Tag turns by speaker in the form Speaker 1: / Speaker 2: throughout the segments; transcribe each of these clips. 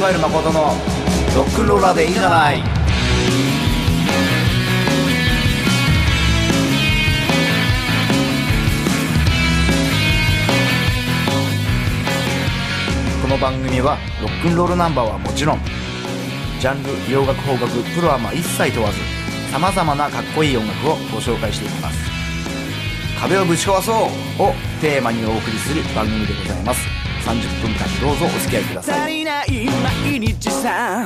Speaker 1: ワイル誠のロックンローラーでいいじゃないこの番組はロックンロールナンバーはもちろんジャンル洋楽邦楽プロアマ一切問わずさまざまなかっこいい音楽をご紹介していきます壁をぶち壊そうをテーマにお送りする番組でございます30分間どうぞお付き合いくださ
Speaker 2: 足
Speaker 1: い
Speaker 2: りない毎日さ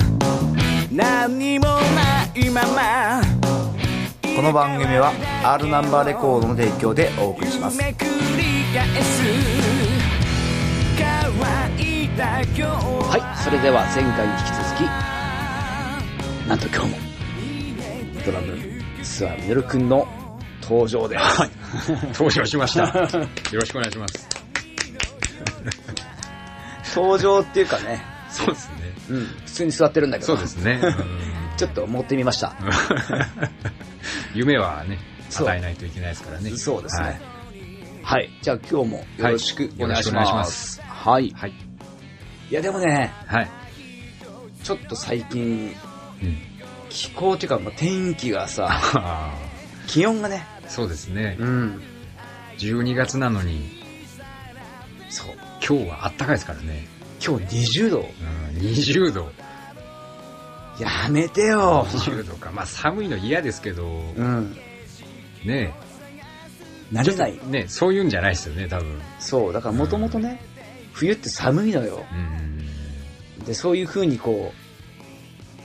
Speaker 2: 何にもないまま
Speaker 1: この番組は R ナンバーレコードの提供でお送りします
Speaker 2: 夢繰り返す乾いた今日
Speaker 3: はい
Speaker 2: は、
Speaker 3: それでは前回に引き続き、なんと今日も、ドラム、ツアーミノル君の登場です。はい。
Speaker 4: 登場しま した。よろしくお願いします。
Speaker 3: 登場っていうかね、
Speaker 4: そうですね。
Speaker 3: うん、普通に座ってるんだけ
Speaker 4: そ
Speaker 3: ど、
Speaker 4: うですね。
Speaker 3: ちょっと持ってみました。
Speaker 4: 夢はね、
Speaker 3: そう
Speaker 4: 与えないといけないですからね。
Speaker 3: そうですね。
Speaker 4: は
Speaker 3: はい
Speaker 4: い。、
Speaker 3: じゃあ今日もよろしくお願いし
Speaker 4: はいよろしくお願いし
Speaker 3: ま。
Speaker 4: ますす
Speaker 3: はい。い、
Speaker 4: はい。
Speaker 3: やでもね、
Speaker 4: はい。
Speaker 3: ちょっと最近、
Speaker 4: うん
Speaker 3: 気候っていうか、まあ、天気がさ、
Speaker 4: あ
Speaker 3: 気温がね、
Speaker 4: ー そうですね。
Speaker 3: うん、
Speaker 4: 12月なのに、
Speaker 3: そう。
Speaker 4: 今日はあったかいですからね。
Speaker 3: 今日20度。
Speaker 4: うん、20度。
Speaker 3: やめてよ。
Speaker 4: 20度か。まあ寒いの嫌ですけど、
Speaker 3: うん。
Speaker 4: ね
Speaker 3: 慣れない。
Speaker 4: ねそういうんじゃないですよね、多分。
Speaker 3: そう、だからもともとね、冬って寒いのよ。
Speaker 4: うん。
Speaker 3: で、そういう風にこ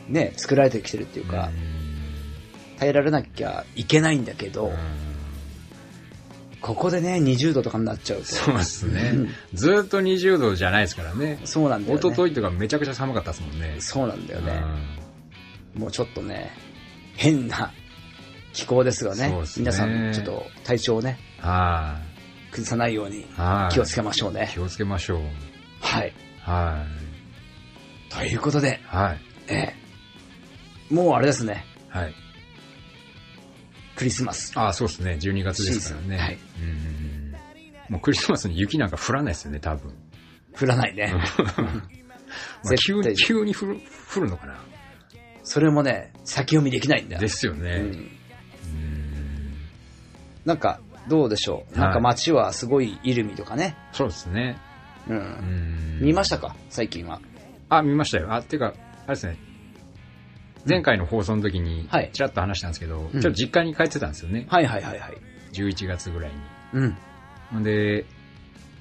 Speaker 3: う、ね、作られてきてるっていうか、耐えられなきゃいけないんだけど、
Speaker 4: うん
Speaker 3: ここでね、20度とかになっちゃうと。
Speaker 4: そうですね
Speaker 3: うん。
Speaker 4: ずーっと20度じゃないですからね。
Speaker 3: そうなんだよね。
Speaker 4: 一昨日とかめちゃくちゃ寒かったですもんね。
Speaker 3: そうなんだよね。
Speaker 4: う
Speaker 3: もうちょっとね、変な気候ですがね、
Speaker 4: そうですね
Speaker 3: 皆さんちょっと体調をね、
Speaker 4: んは
Speaker 3: 崩さないように
Speaker 4: い。はい。
Speaker 3: 気をつけましょうね。
Speaker 4: 気をつけましょう。
Speaker 3: はい。
Speaker 4: は
Speaker 3: ということで
Speaker 4: い。、はい。
Speaker 3: ええもうあれですね、
Speaker 4: はい。
Speaker 3: クリスマス。
Speaker 4: ああ、そうですね。12月ですからね。
Speaker 3: シーズンはい
Speaker 4: うんうんうん。もうクリスマスに雪なんか降らないですよね、多分。
Speaker 3: 降らないね。
Speaker 4: まあ、
Speaker 3: 絶
Speaker 4: 急
Speaker 3: 対
Speaker 4: に、急に降る、降るのかな。
Speaker 3: それもね、先読みできないんだよ。
Speaker 4: ですよね。
Speaker 3: うん
Speaker 4: うん
Speaker 3: なんか、どうでしょう。
Speaker 4: は
Speaker 3: な
Speaker 4: い
Speaker 3: んか街はすごいイルミとかね。
Speaker 4: そうですね。
Speaker 3: う。
Speaker 4: うんん
Speaker 3: 見ましたか最近は。
Speaker 4: あ、見ましたよ。あ、てか、あれですね。前回の放送の時に
Speaker 3: はい、
Speaker 4: ちらっと話したんですけど、
Speaker 3: うん
Speaker 4: ちょっと実家に帰ってたんですよね。
Speaker 3: はいはいはいはい。
Speaker 4: 11月ぐらいに。
Speaker 3: うん。
Speaker 4: ほんで、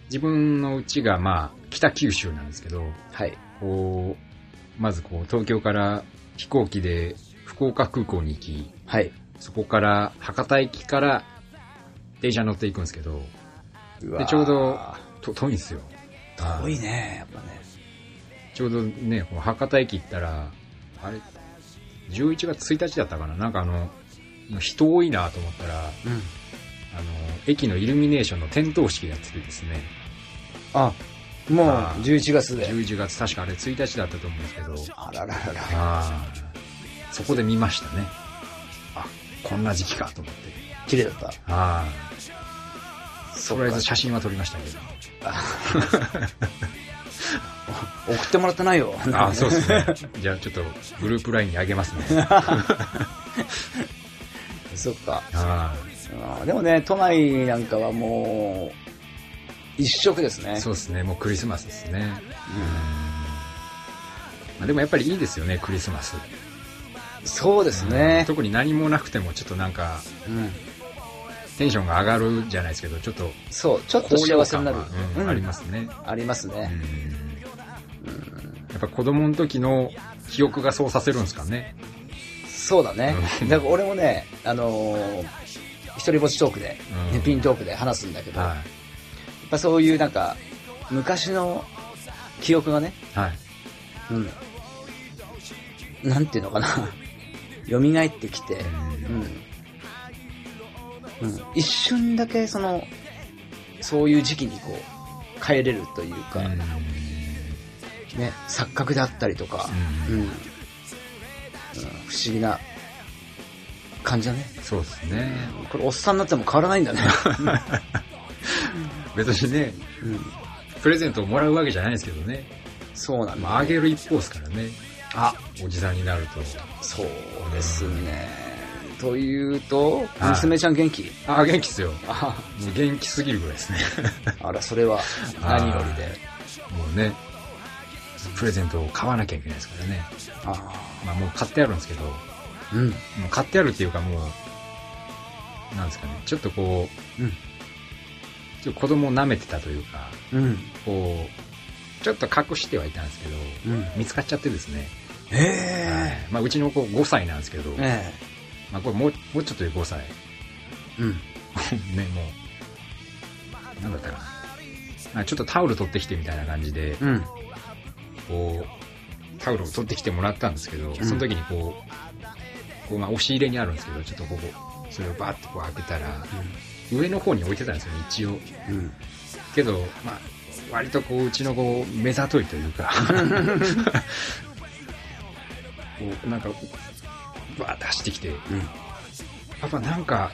Speaker 4: 自分の家がまあ、北九州なんですけど、
Speaker 3: はい。
Speaker 4: こう、まずこう、東京から飛行機で福岡空港に行き、
Speaker 3: はい。
Speaker 4: そこから博多駅から電車に乗っていくんですけど、
Speaker 3: う
Speaker 4: で、ちょうど、と遠いんですよ。
Speaker 3: 遠いね、やっぱね。
Speaker 4: ちょうどね、こう博多駅行ったら、あれ、11月1日だったかななんかあの、人多いなと思ったら、
Speaker 3: うん。
Speaker 4: あの、駅のイルミネーションの点灯式やっててですね、
Speaker 3: あ、もう
Speaker 4: あー
Speaker 3: 11月で。
Speaker 4: 11月、確かあれ1日だったと思うんですけど、
Speaker 3: あらららら。
Speaker 4: ああ、そこで見ましたね。あ、こんな時期かと思って。
Speaker 3: 綺麗だった。
Speaker 4: ああ、
Speaker 3: そ
Speaker 4: とりあえず写真は撮りましたけど。
Speaker 3: 送ってもらってないよ。
Speaker 4: ああ、そうですね。じゃあちょっとグループラインにあげますね。
Speaker 3: そっか。
Speaker 4: あ
Speaker 3: あーでもね、都内なんかはもう、一色ですね
Speaker 4: あ、。そうですね。もうクリスマスですね。うんまあ、でもやっぱりいいですよね、クリスマス。
Speaker 3: そうですね。
Speaker 4: 特に何もなくてもちょっとなんか、
Speaker 3: うん。
Speaker 4: テンションが上がるじゃないですけど、ちょっと
Speaker 3: そう、ちょっと
Speaker 4: 高揚
Speaker 3: 幸せ
Speaker 4: 感
Speaker 3: になる
Speaker 4: は。うん
Speaker 3: うん
Speaker 4: ありますね。
Speaker 3: あります
Speaker 4: う
Speaker 3: ね。
Speaker 4: んやっぱ子供の時の記憶がそうさせるんですかね。
Speaker 3: そうだね。
Speaker 4: うん
Speaker 3: だから俺もね、あのー、一人ぼっちトークで、
Speaker 4: うん
Speaker 3: ピントークで話すんだけど、や
Speaker 4: は
Speaker 3: っぱそういうなんか、昔の記憶がね、
Speaker 4: い。はい。
Speaker 3: うん。なんていうのかな、 蘇ってきて、うん。うん。一瞬だけその、そういう時期にこう、帰れるというか、
Speaker 4: うん
Speaker 3: ね、錯覚であったりとか、
Speaker 4: う
Speaker 3: うんん、うん不思議な感じだね。
Speaker 4: そうですね。
Speaker 3: これ、おっさんになっても変わらないん だね。
Speaker 4: 別にね、
Speaker 3: うん、
Speaker 4: プレゼントをもらうわけじゃないですけどね。
Speaker 3: そうなんだ、
Speaker 4: まあ、上げる一方ですからね。
Speaker 3: あ
Speaker 4: おじさんになると。
Speaker 3: そうですね。というと、
Speaker 4: はい
Speaker 3: 娘ちゃん元気、
Speaker 4: あ、元気っすよ。も
Speaker 3: あ
Speaker 4: う元気すぎるぐらい ですね。
Speaker 3: あら、それは何よりで。
Speaker 4: もうね、プレゼントを買わなきゃいけないですからね。
Speaker 3: あ
Speaker 4: まあもう買ってあるんですけど、も
Speaker 3: あうん。
Speaker 4: う買ってあるっていうかもう、なんですかね、ちょっとこう、
Speaker 3: うん
Speaker 4: ちょっと子供を舐めてたというか、
Speaker 3: うん。
Speaker 4: こう、ちょっと隠してはいたんですけど、
Speaker 3: うん。
Speaker 4: 見つかっちゃってですね。は
Speaker 3: え
Speaker 4: いまあうちの子5歳なんですけど、
Speaker 3: ええ
Speaker 4: まあこれもうもうちょっとで5歳。
Speaker 3: えうん。
Speaker 4: ね、もう、なんだったかな。あちょっとタオル取ってきてみたいな感じで、
Speaker 3: うん。
Speaker 4: こう、タオルを取ってきてもらったんですけど、その時にこう、こうまあ押し入れにあるんですけど、ちょっとここ、それをバーッとこう開けたら、上の方に置いてたんですよね、一応。
Speaker 3: うん。
Speaker 4: けど、まあ、割とこう、うちの子、目ざといというか、 こう、なんか、バーッと走ってきて、
Speaker 3: うん。
Speaker 4: パパなんか、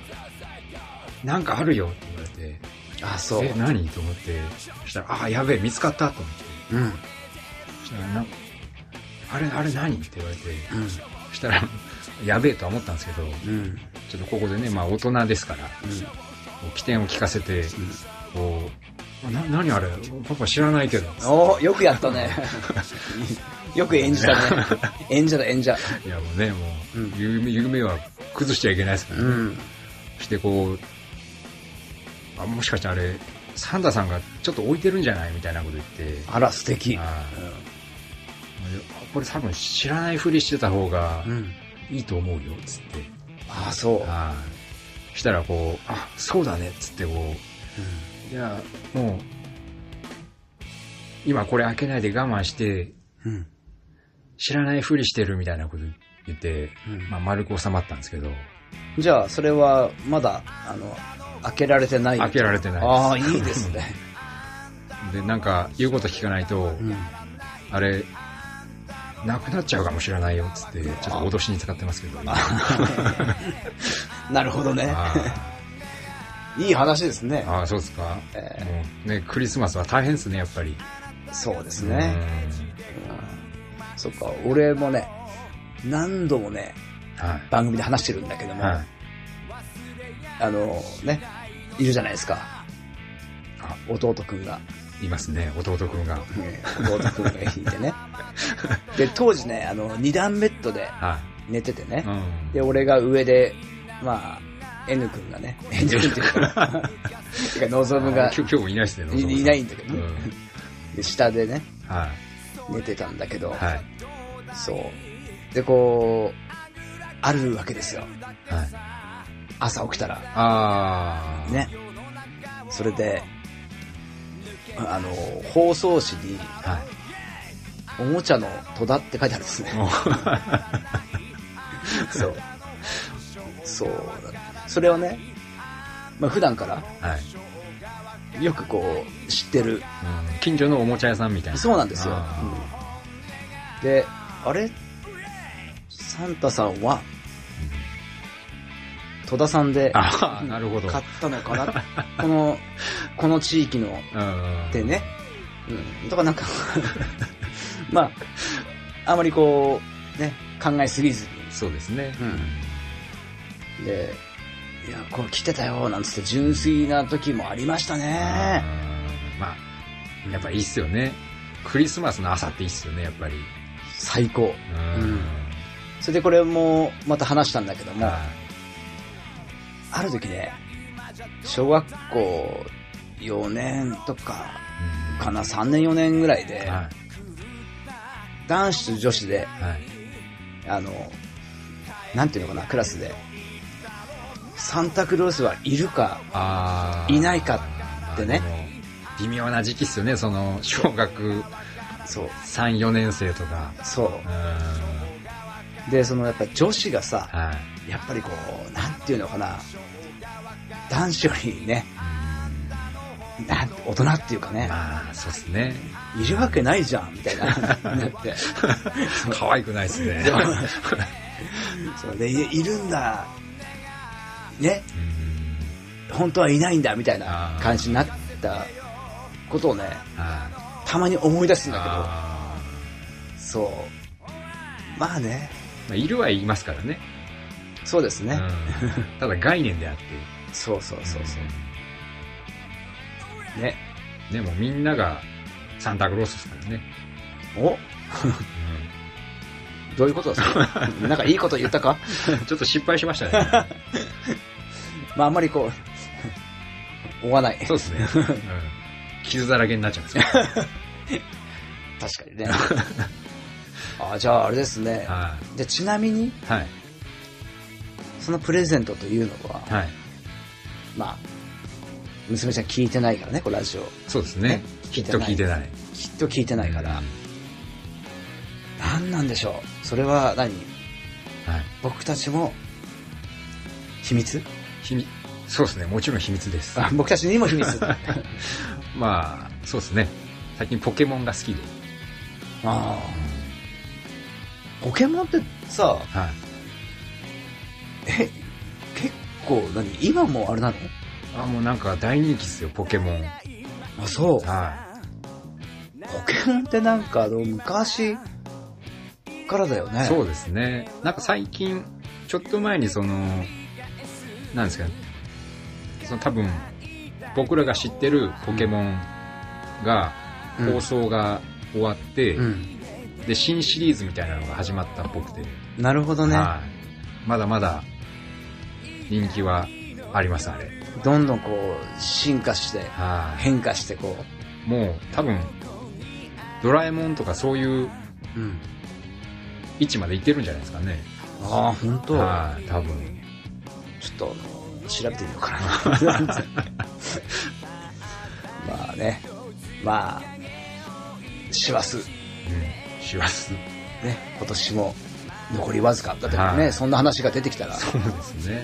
Speaker 4: なんかあるよって言われて、
Speaker 3: あ、そう
Speaker 4: え、。何と思って、そしたら、ああ、やべえ、見つかったと思って、
Speaker 3: うん。うん。
Speaker 4: そしたら、なあれ、あれ何って言われて、そしたら、やべえとは思ったんですけど、
Speaker 3: うん。
Speaker 4: ちょっとここでね、まあ大人ですから、こう起点を聞かせて、こう、な、何あれパパ知らないけど。
Speaker 3: うん。およくやった ね。よく演じたね。演者だ、演者。
Speaker 4: いやもうね、もう、
Speaker 3: うん
Speaker 4: 夢、夢は崩しちゃいけないですからね。
Speaker 3: ん。
Speaker 4: そしてこう、あ、もしかしてあれ、サンダさんがちょっと置いてるんじゃないみたいなこと言って、
Speaker 3: あら、素敵。
Speaker 4: あーこれ多分知らないふりしてた方が
Speaker 3: うん。
Speaker 4: いいと思うよ、つって。
Speaker 3: あ、そう。
Speaker 4: あーしたらこう、あ、そうだね、つってこう、いや、もう、今これ開けないで我慢して、
Speaker 3: うん。うん。
Speaker 4: 知らないふりしてるみたいなこと言って、
Speaker 3: うん
Speaker 4: まあ丸く収まったんですけど、
Speaker 3: じゃあ、それは、まだ、あの、開けられてない。
Speaker 4: 開けられてないです
Speaker 3: ああ、いいですね。
Speaker 4: で、なんか 言うこと聞かないと、
Speaker 3: うん。
Speaker 4: あれ、なくなっちゃうかもしれないよ、つって、ちょっと脅しに使ってますけど、今
Speaker 3: なるほどね。
Speaker 4: あ
Speaker 3: いい話ですね
Speaker 4: ー。あー、そうですか、
Speaker 3: え
Speaker 4: もうね、クリスマスは大変ですね、やっぱり。
Speaker 3: そうですね。そっか、俺もね、何度もね、
Speaker 4: うん。はい。
Speaker 3: 番組で話してるんだけども、
Speaker 4: はい。
Speaker 3: あのね、いるじゃないですか。
Speaker 4: あ
Speaker 3: 弟くんが、
Speaker 4: いますね、弟くんが。はい。
Speaker 3: ね弟くんが引いてね。で、当時ね、あの、二段ベッドで寝ててね
Speaker 4: う、ん。
Speaker 3: で、俺が上で、まあ、N くんがね、N くんっていうか、てか、望むが
Speaker 4: あー、今日今日もいないですね、
Speaker 3: いいないんだけど
Speaker 4: う
Speaker 3: ね
Speaker 4: ん。
Speaker 3: で下でね、
Speaker 4: はい。
Speaker 3: 寝てたんだけど、
Speaker 4: はい。
Speaker 3: そう。で、こう、あるわけですよ。
Speaker 4: はい。
Speaker 3: 朝起きたら。
Speaker 4: あー。
Speaker 3: ね。それで、あの、放送紙に、
Speaker 4: はい。
Speaker 3: おもちゃの戸田って書いてあるんですね。
Speaker 4: もう
Speaker 3: そう。そう。それをね、まあ普段から
Speaker 4: はい。
Speaker 3: よくこう、知ってる。
Speaker 4: うん近所のおもちゃ屋さんみたいな。
Speaker 3: そうなんですよ。
Speaker 4: あ
Speaker 3: うんで、あれサンタさんは、戸田さんで
Speaker 4: ーあー、なるほど。
Speaker 3: 買ったのかなこの、この地域の
Speaker 4: うん
Speaker 3: でね。、うん、とかなんか、 まあ、あまりこう、ね、考えすぎず
Speaker 4: そうですね。
Speaker 3: うんに、で、いや、これ来てたよ、なんつって純粋な時もありましたね。
Speaker 4: うんまあ、やっぱいいっすよね。クリスマスの朝っていいっすよね、やっぱり。
Speaker 3: 最高。
Speaker 4: うん
Speaker 3: うんそれでこれもまた話したんだけども、
Speaker 4: は
Speaker 3: ある時ね、小学校4年とか
Speaker 4: い
Speaker 3: かな、3年4年ぐらいで、
Speaker 4: は
Speaker 3: 男子と女子で、
Speaker 4: い。はい。
Speaker 3: あの、なんていうのかな、クラスで、サンタクロースはいるか、
Speaker 4: あー
Speaker 3: いないかってね。
Speaker 4: まあでも微妙な時期っすよね、その、小学
Speaker 3: そう、
Speaker 4: 3、4年生とか。
Speaker 3: そう
Speaker 4: う。ん。
Speaker 3: で、そのやっぱ女子がさ、
Speaker 4: はい。
Speaker 3: やっぱりこう、なんていうのかな、男子よりね、
Speaker 4: うん
Speaker 3: なん大人っていうかね、
Speaker 4: まあ、そうっすね。
Speaker 3: いるわけないじゃん、みたいな、 なって。
Speaker 4: 可愛くないっす ね。
Speaker 3: そうで、いいるんだ、ね、
Speaker 4: うん
Speaker 3: 本当はいないんだ、みたいな感じになったことをね、
Speaker 4: はい
Speaker 3: たまに思い出すんだけど、
Speaker 4: あ
Speaker 3: そう。まあね。
Speaker 4: まあ、いるはいますからね。
Speaker 3: そうですね。
Speaker 4: うん、ただ概念であって。
Speaker 3: そうそうそうそう。ね。
Speaker 4: でもみんながサンタクロースですからね。
Speaker 3: おどういうことですかなんかいいこと言ったか
Speaker 4: うん、ちょっと失敗しましたね。
Speaker 3: まああんまりこう、追 わない。
Speaker 4: そうですね、うん。傷だらけになっちゃう んですけど。
Speaker 3: 確かにね。 あじゃああれですね。
Speaker 4: は
Speaker 3: でちなみに、
Speaker 4: い。はい。
Speaker 3: そのプレゼントというのは、
Speaker 4: はい。
Speaker 3: まあ、娘ちゃん聞いてないからね、こうラジオ。
Speaker 4: そうですね
Speaker 3: ね。
Speaker 4: きっと聞いてない。
Speaker 3: きっと聞いてないから。何なんでしょう。それは何
Speaker 4: はい。
Speaker 3: 僕たちも、秘密
Speaker 4: 秘密。そうですね。もちろん秘密です。
Speaker 3: あ僕たちにも秘密。 あ
Speaker 4: まあ、そうですね。最近ポケモンが好きで。
Speaker 3: あ。ポケモンってさ、
Speaker 4: はい。
Speaker 3: え、結構何、今もあれなの
Speaker 4: あ、もうなんか大人気っすよ、ポケモン。
Speaker 3: あ、そう。ポ
Speaker 4: は
Speaker 3: ケモンってなんかあの、昔からだよ
Speaker 4: い。
Speaker 3: ね。
Speaker 4: そうですね。なんか最近、ちょっと前にその、なんですかね。その多分、僕らが知ってるポケモンが、
Speaker 3: うん
Speaker 4: 放送が終わって、
Speaker 3: うん。
Speaker 4: で、新シリーズみたいなのが始まったっぽくて。
Speaker 3: なるほどね。
Speaker 4: はい。まだまだ、人気はあります、あれ。
Speaker 3: どんどんこう、進化して、
Speaker 4: はい。
Speaker 3: 変化してこ
Speaker 4: もう、多分、ドラえもんとかそういう
Speaker 3: う。うん。
Speaker 4: 位置までいってるんじゃないですかね。
Speaker 3: ああ、本当。
Speaker 4: はい、多分。
Speaker 3: ちょっと、あの調べてみようかな。 まあね。まあ、師走。
Speaker 4: うん、師走。
Speaker 3: ね、今年も残りわずかだとか
Speaker 4: は
Speaker 3: ね、
Speaker 4: い
Speaker 3: そんな話が出てきたら。
Speaker 4: そうですね。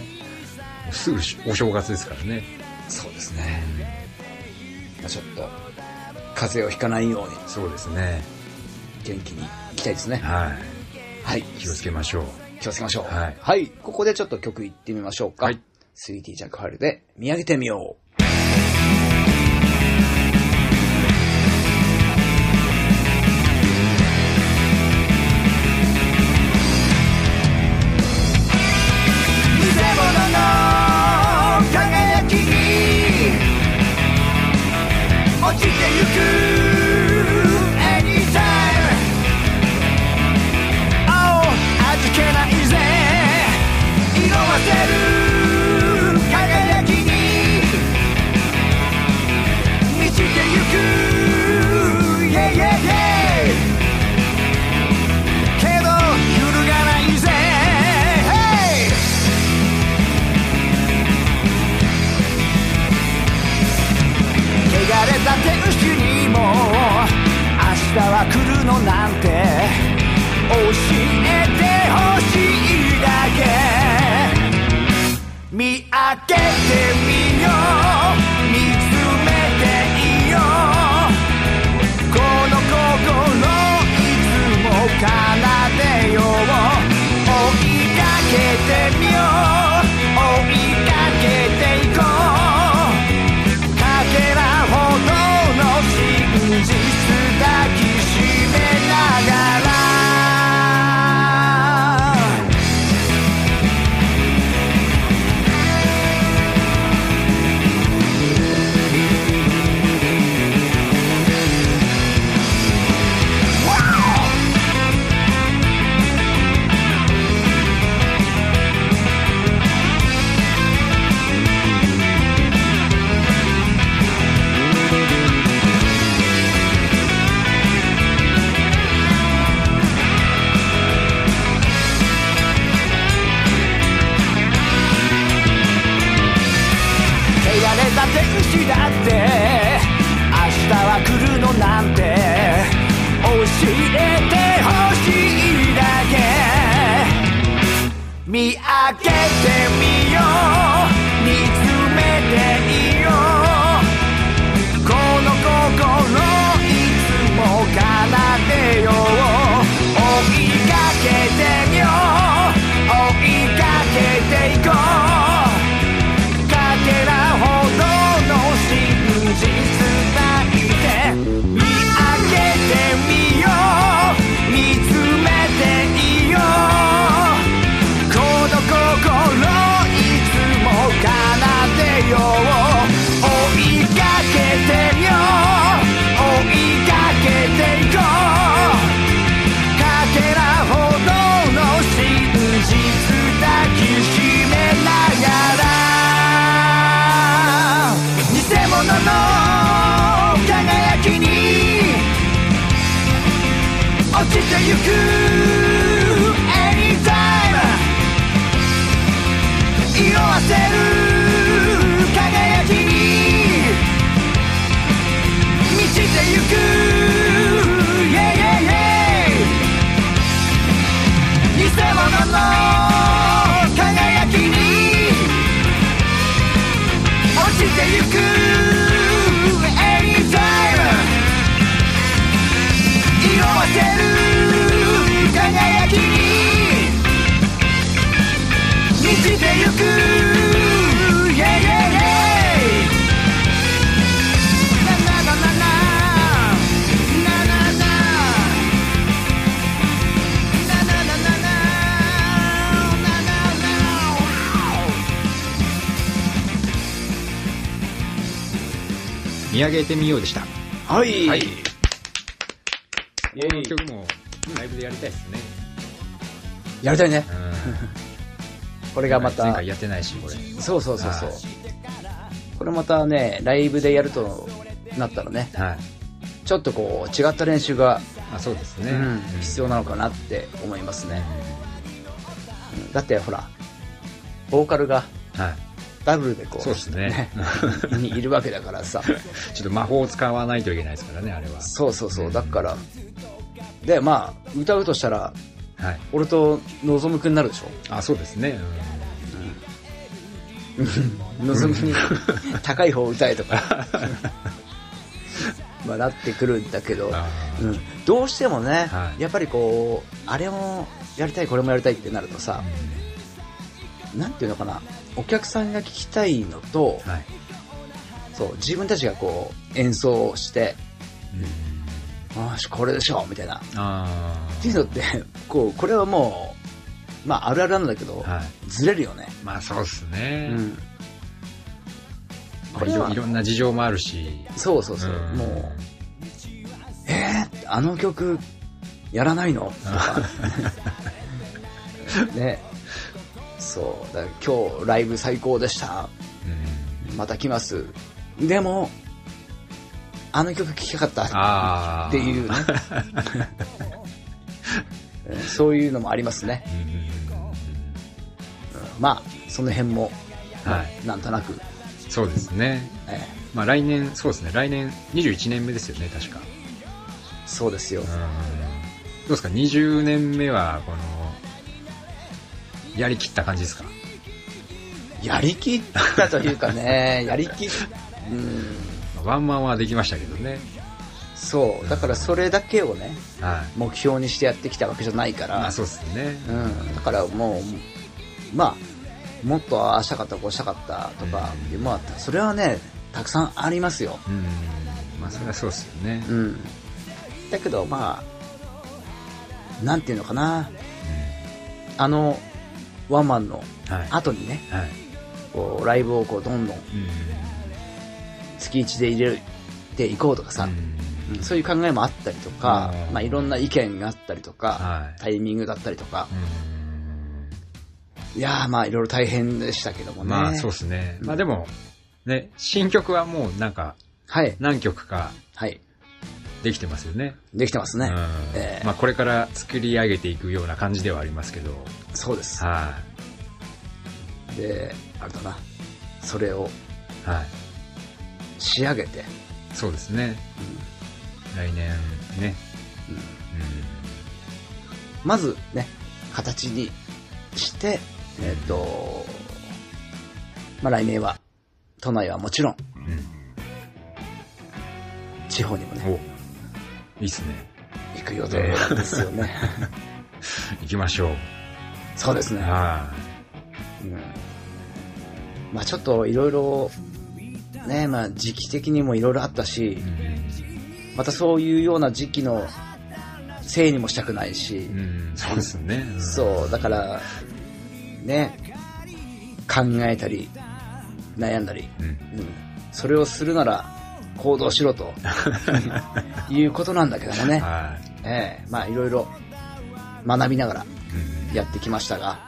Speaker 4: もうすぐしお正月ですからね。
Speaker 3: そうですね。まあちょっと、風邪をひかないように
Speaker 4: そうですね。
Speaker 3: 元気にいきたいですね。
Speaker 4: はい。
Speaker 3: はい。
Speaker 4: 気をつけましょう。
Speaker 3: 気をつけましょう。
Speaker 4: はい
Speaker 3: ここでちょっと曲いってみましょうか。
Speaker 4: はい。
Speaker 3: 3D ジャックファイルで見上げてみよう。
Speaker 2: 偽物の輝きに落ちてゆく Anytime Oh 味気ないぜ色褪せる輝きに満ちてゆく Yeah yeah yeah けど揺るがないぜ Hey! 汚れた天使にも明日は来るのなんて教えてほしいだけ見上げてみよう見つめていようこの心いつも奏でよう追いかけてみよう追いかけていこうかけらほどの真実抱きしめようながら汚れた天使だって明日は来るのなんて教えてほしいだけ見上げてみよう見つめていようこの心いつも奏でよう追いかけてみよう追いかけていこうかけらほどの真実抱いて見上げてみよう見つしてゆく Yeah, yeah, yeah なななななななななななななな
Speaker 4: 見上げてみようでした。
Speaker 3: はい。
Speaker 4: はい。こ
Speaker 3: イェイ
Speaker 4: の曲もライブでやりた いですね。
Speaker 3: やりたいね。
Speaker 4: うん。
Speaker 3: これがま
Speaker 4: 前
Speaker 3: た
Speaker 4: 回、やってないし、これ。
Speaker 3: そうそうそうそう
Speaker 4: は。
Speaker 3: これまたね、ライブでやるとなったらね、
Speaker 4: はい。
Speaker 3: ちょっとこう、違った練習が、
Speaker 4: あ、そうですね。
Speaker 3: うん必要
Speaker 4: な。
Speaker 3: なのかなって思いますね。うんだってほら、ボーカルが
Speaker 4: はい。
Speaker 3: ダブルでこう、
Speaker 4: そうですね
Speaker 3: にいるわけだからさ。
Speaker 4: ちょっと魔法を使わないといけないですからね、あれは。
Speaker 3: そうそうそうう、
Speaker 4: ん
Speaker 3: だから、で、まあ、歌うとしたら、
Speaker 4: はい。
Speaker 3: 俺とのぞむくんになるでしょ
Speaker 4: あ、そうですね。
Speaker 3: のぞむに高い方を歌えとか、 まあなってくるんだけど
Speaker 4: うん。、あー
Speaker 3: うん、どうしてもね、
Speaker 4: はい
Speaker 3: やっぱりこう、あれもやりたい、これもやりたいってなるとさ、なんていうのかな、お客さんが聞きたいのと、
Speaker 4: はい。
Speaker 3: そう、自分たちがこう、演奏して、
Speaker 4: うん
Speaker 3: あーしこれでしょみたいな。っ
Speaker 4: あ
Speaker 3: ていうのって、 こう、これはもう、まああるあるなんだけど、
Speaker 4: あ。はい。
Speaker 3: ずれるよね。
Speaker 4: まあそうですね。
Speaker 3: うん。
Speaker 4: まあいろいろんな事情もあるし。
Speaker 3: そうそうそう。
Speaker 4: ん
Speaker 3: もう、えー、あの曲、やらない のとか。ね。そう。だから今日ライブ最高でした。
Speaker 4: うん
Speaker 3: また来ます。でも、あの曲聴きたかった。
Speaker 4: ああ。
Speaker 3: っていうね。 うんそういうのもありますね。
Speaker 4: うんうん
Speaker 3: まあ、その辺も、
Speaker 4: うん。はい。
Speaker 3: なんとなく。
Speaker 4: そうですね。
Speaker 3: え
Speaker 4: まあ来年、そうですね。来年21年目ですよね、確か。
Speaker 3: ーそうですよ
Speaker 4: う。ん。どうですか ?20 年目は、この、やりきった感じですか
Speaker 3: やりきったというかね、やりきっ、うん、
Speaker 4: まあワンマンはできましたけどね。
Speaker 3: そう、だからそれだけをね、
Speaker 4: はい。
Speaker 3: 目標にしてやってきたわけじゃないか
Speaker 4: まあ
Speaker 3: ら、
Speaker 4: そうですね。
Speaker 3: うん、だからもう、まあ、もっとああしたかった、こうしたかったとか、
Speaker 4: うん
Speaker 3: まあ、それはね、たくさんありますよ。
Speaker 4: うん。まあそれはそうですよね。
Speaker 3: うん。だけど、まあ、なんていうのかな、あの、ワンマンの
Speaker 4: はい。
Speaker 3: 後にね、
Speaker 4: はい。
Speaker 3: こう、ライブをこう、どんどん
Speaker 4: うん。
Speaker 3: 月1で入れていこうとかさ、
Speaker 4: うん
Speaker 3: うんそういう考えもあったりとか、
Speaker 4: うん
Speaker 3: まあ、いろんな意見があったりとか、
Speaker 4: はい。
Speaker 3: タイミングだったりとか
Speaker 4: う、ん
Speaker 3: いやーまあいろいろ大変でしたけどもね。
Speaker 4: まあそうですね。まあでも、ね、新曲はもうなんか
Speaker 3: はい、
Speaker 4: 何曲か
Speaker 3: はい。
Speaker 4: できてますよね。
Speaker 3: できてますね。
Speaker 4: うん
Speaker 3: ええ
Speaker 4: まあこれから作り上げていくような感じではありますけど。
Speaker 3: そうです。
Speaker 4: は
Speaker 3: で、あれだな。それを
Speaker 4: い。はい。
Speaker 3: 仕上げて、
Speaker 4: そうですね。来年ね。
Speaker 3: まずね、形にして、えっ、と、まあ来年は、都内はもちろん、
Speaker 4: うん。うん。
Speaker 3: 地方にもね、
Speaker 4: おいいっすね。
Speaker 3: 行く予定なんですよね。
Speaker 4: 行きましょ
Speaker 3: そうです
Speaker 4: う。
Speaker 3: ね。
Speaker 4: は
Speaker 3: うんまあちょっといろいろ、ね、まあ時期的にもいろいろあったし
Speaker 4: い。う、ん
Speaker 3: またそういうような時期のせいにもしたくないし、
Speaker 4: うん。そうですね。うん
Speaker 3: そう、だから、ね、考えたり、悩んだり、
Speaker 4: うん。
Speaker 3: うん、それをするなら行動しろ と、いうことなんだけどもね、
Speaker 4: は
Speaker 3: ええまあいろいろ学びながら
Speaker 4: い。うん
Speaker 3: やってきましたが、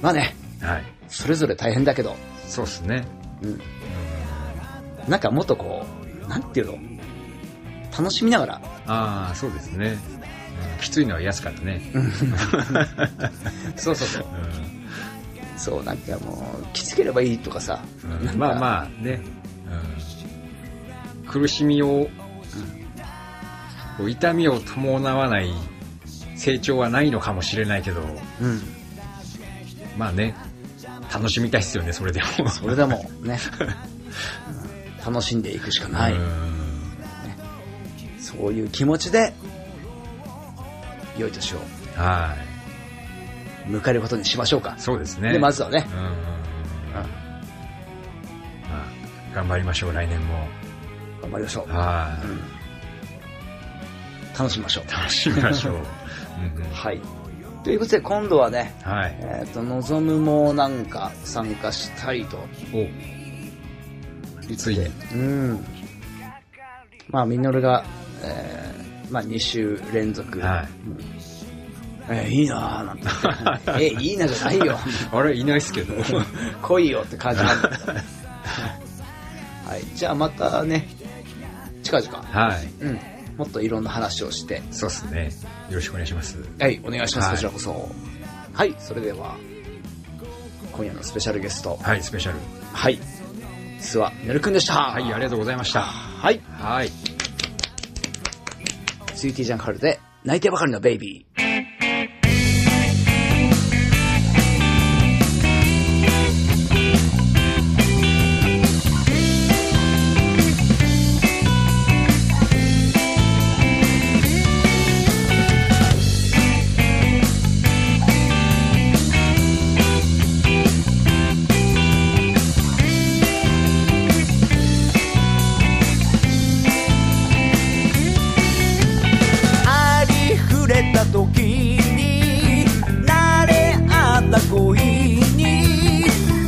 Speaker 3: まあね、
Speaker 4: はい。
Speaker 3: それぞれ大変だけど、
Speaker 4: そうですね。
Speaker 3: うんなんかもっとこう、なんていうの楽しみながら、
Speaker 4: ああ、そうですね。うんきついのは安かったね。
Speaker 3: そうそうそう。
Speaker 4: う
Speaker 3: そう、なんかもう、きつければいいとかさ、
Speaker 4: んうんまあまあね、うん苦しみを、こう痛みを伴わない成長はないのかもしれないけど、
Speaker 3: うん。
Speaker 4: まあね、楽しみたいですよね、それでも。
Speaker 3: それで もね、うん楽しんでいくしかない。
Speaker 4: うん
Speaker 3: そういう気持ちで、良い年を
Speaker 4: は
Speaker 3: 迎えることにしましょうか。
Speaker 4: そうですね。
Speaker 3: で、まずはね
Speaker 4: う、んうんうんうん。まあ、頑張りましょう、来年も。
Speaker 3: 頑張りましょう。
Speaker 4: はい、
Speaker 3: 楽しみましょう。
Speaker 4: 楽しみましょ う。うんうん
Speaker 3: はい。ということで、今度はね、
Speaker 4: はい。
Speaker 3: えっ、と、望むもなんか参加したいと
Speaker 4: お、
Speaker 3: 言って
Speaker 4: ついに。
Speaker 3: うん。まあ、ミノルが、えー、まあ、2週連続、
Speaker 4: はい。
Speaker 3: えーいいなぁ、なんて。 えーいいなじゃないよ。
Speaker 4: あれ、いないっすけど。
Speaker 3: 来いよって感じなんではい。じゃあまたね、近々、
Speaker 4: はい。
Speaker 3: うん。もっといろんな話をして、
Speaker 4: そうっすね。よろしくお願いします。
Speaker 3: はい、お願いします、
Speaker 4: はい
Speaker 3: こちらこそ。はい、それでは、今夜のスペシャルゲスト、
Speaker 4: はい、スペシャル。
Speaker 3: はい、諏訪みのるくんでした。
Speaker 4: は、
Speaker 3: はい
Speaker 4: ありがとうございました。
Speaker 3: はい、
Speaker 4: はい。
Speaker 3: スイーティージャンカルで、泣いてばかりのベイビー。
Speaker 2: ありふれた時に慣れ合った恋に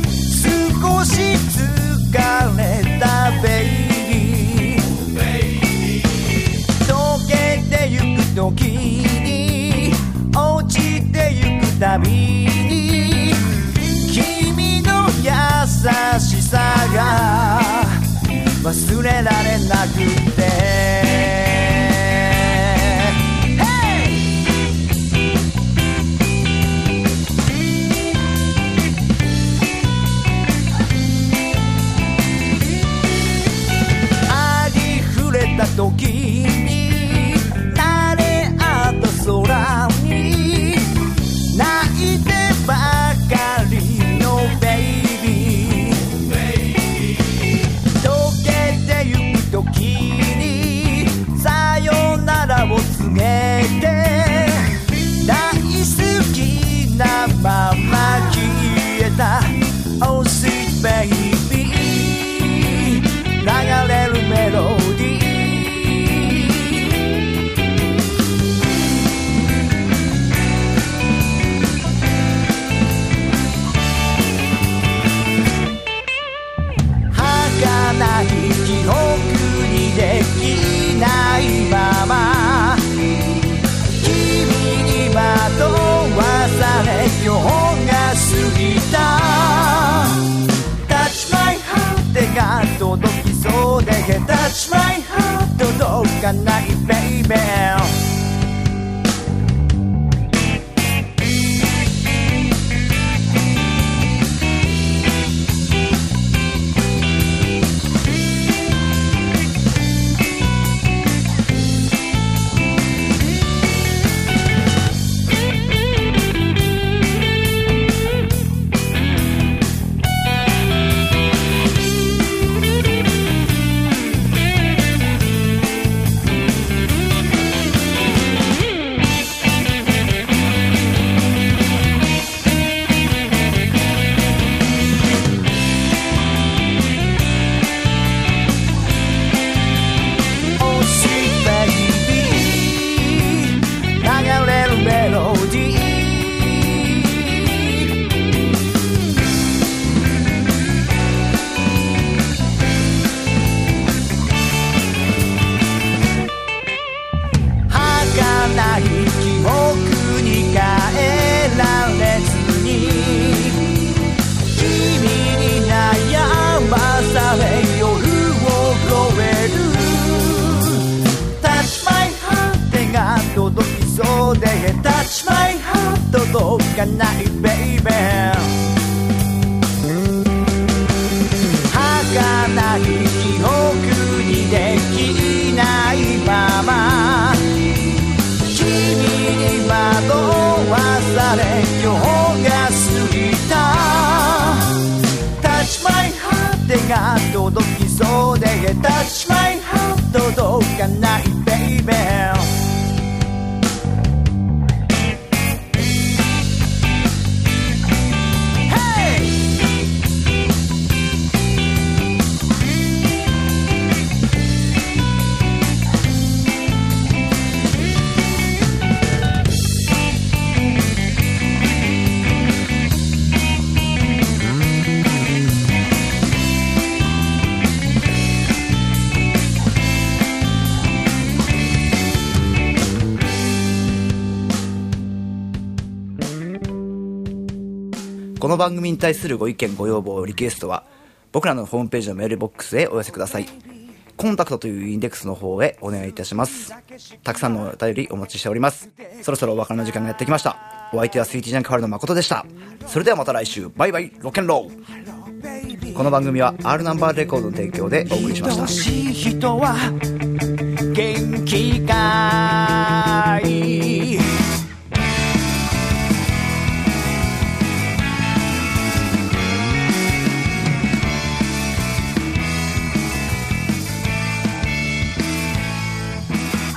Speaker 2: 少し疲れたベイビー溶けてゆく時に落ちてゆくたびに君の優しさが忘れられなくて Hey! ありふれた時に慣れ合った空に泣いてばかりのベイビー溶けてゆく時にさよならを告げて大好きなまま消えた Oh sweet baby 流れるメロディー儚い記憶にできないまま君に惑わされ今日が過ぎた Touch my heart が届きそうで Touch my heart 届かない baby 「おしベイビー」「流れるメロディー」「儚い記憶に変えられずに」「君に悩まされ夜を越える」「Touch my heart 手が届きそうで Touch my heart 届かない baby」「儚い記憶にできないまま」君に惑わされ今日が過ぎた Touch my heart が届きそうで Touch my heart 届かない baby この番組に対するご意見ご要望リクエストは僕らのホームページのメールボックスへお寄せくださいコンタクトというインデックスの方へお願いいたしますたくさんのお便りお待ちしておりますそろそろお別れの時間がやってきましたお相手はスイーティージャンクファルの誠でしたそれではまた来週バイバイロケンローこの番組は R ナンバーレコードの提供でお送りしました
Speaker 3: 愛しい人は元気かい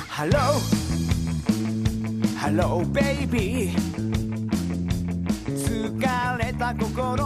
Speaker 3: ハローハローベイビー疲れた心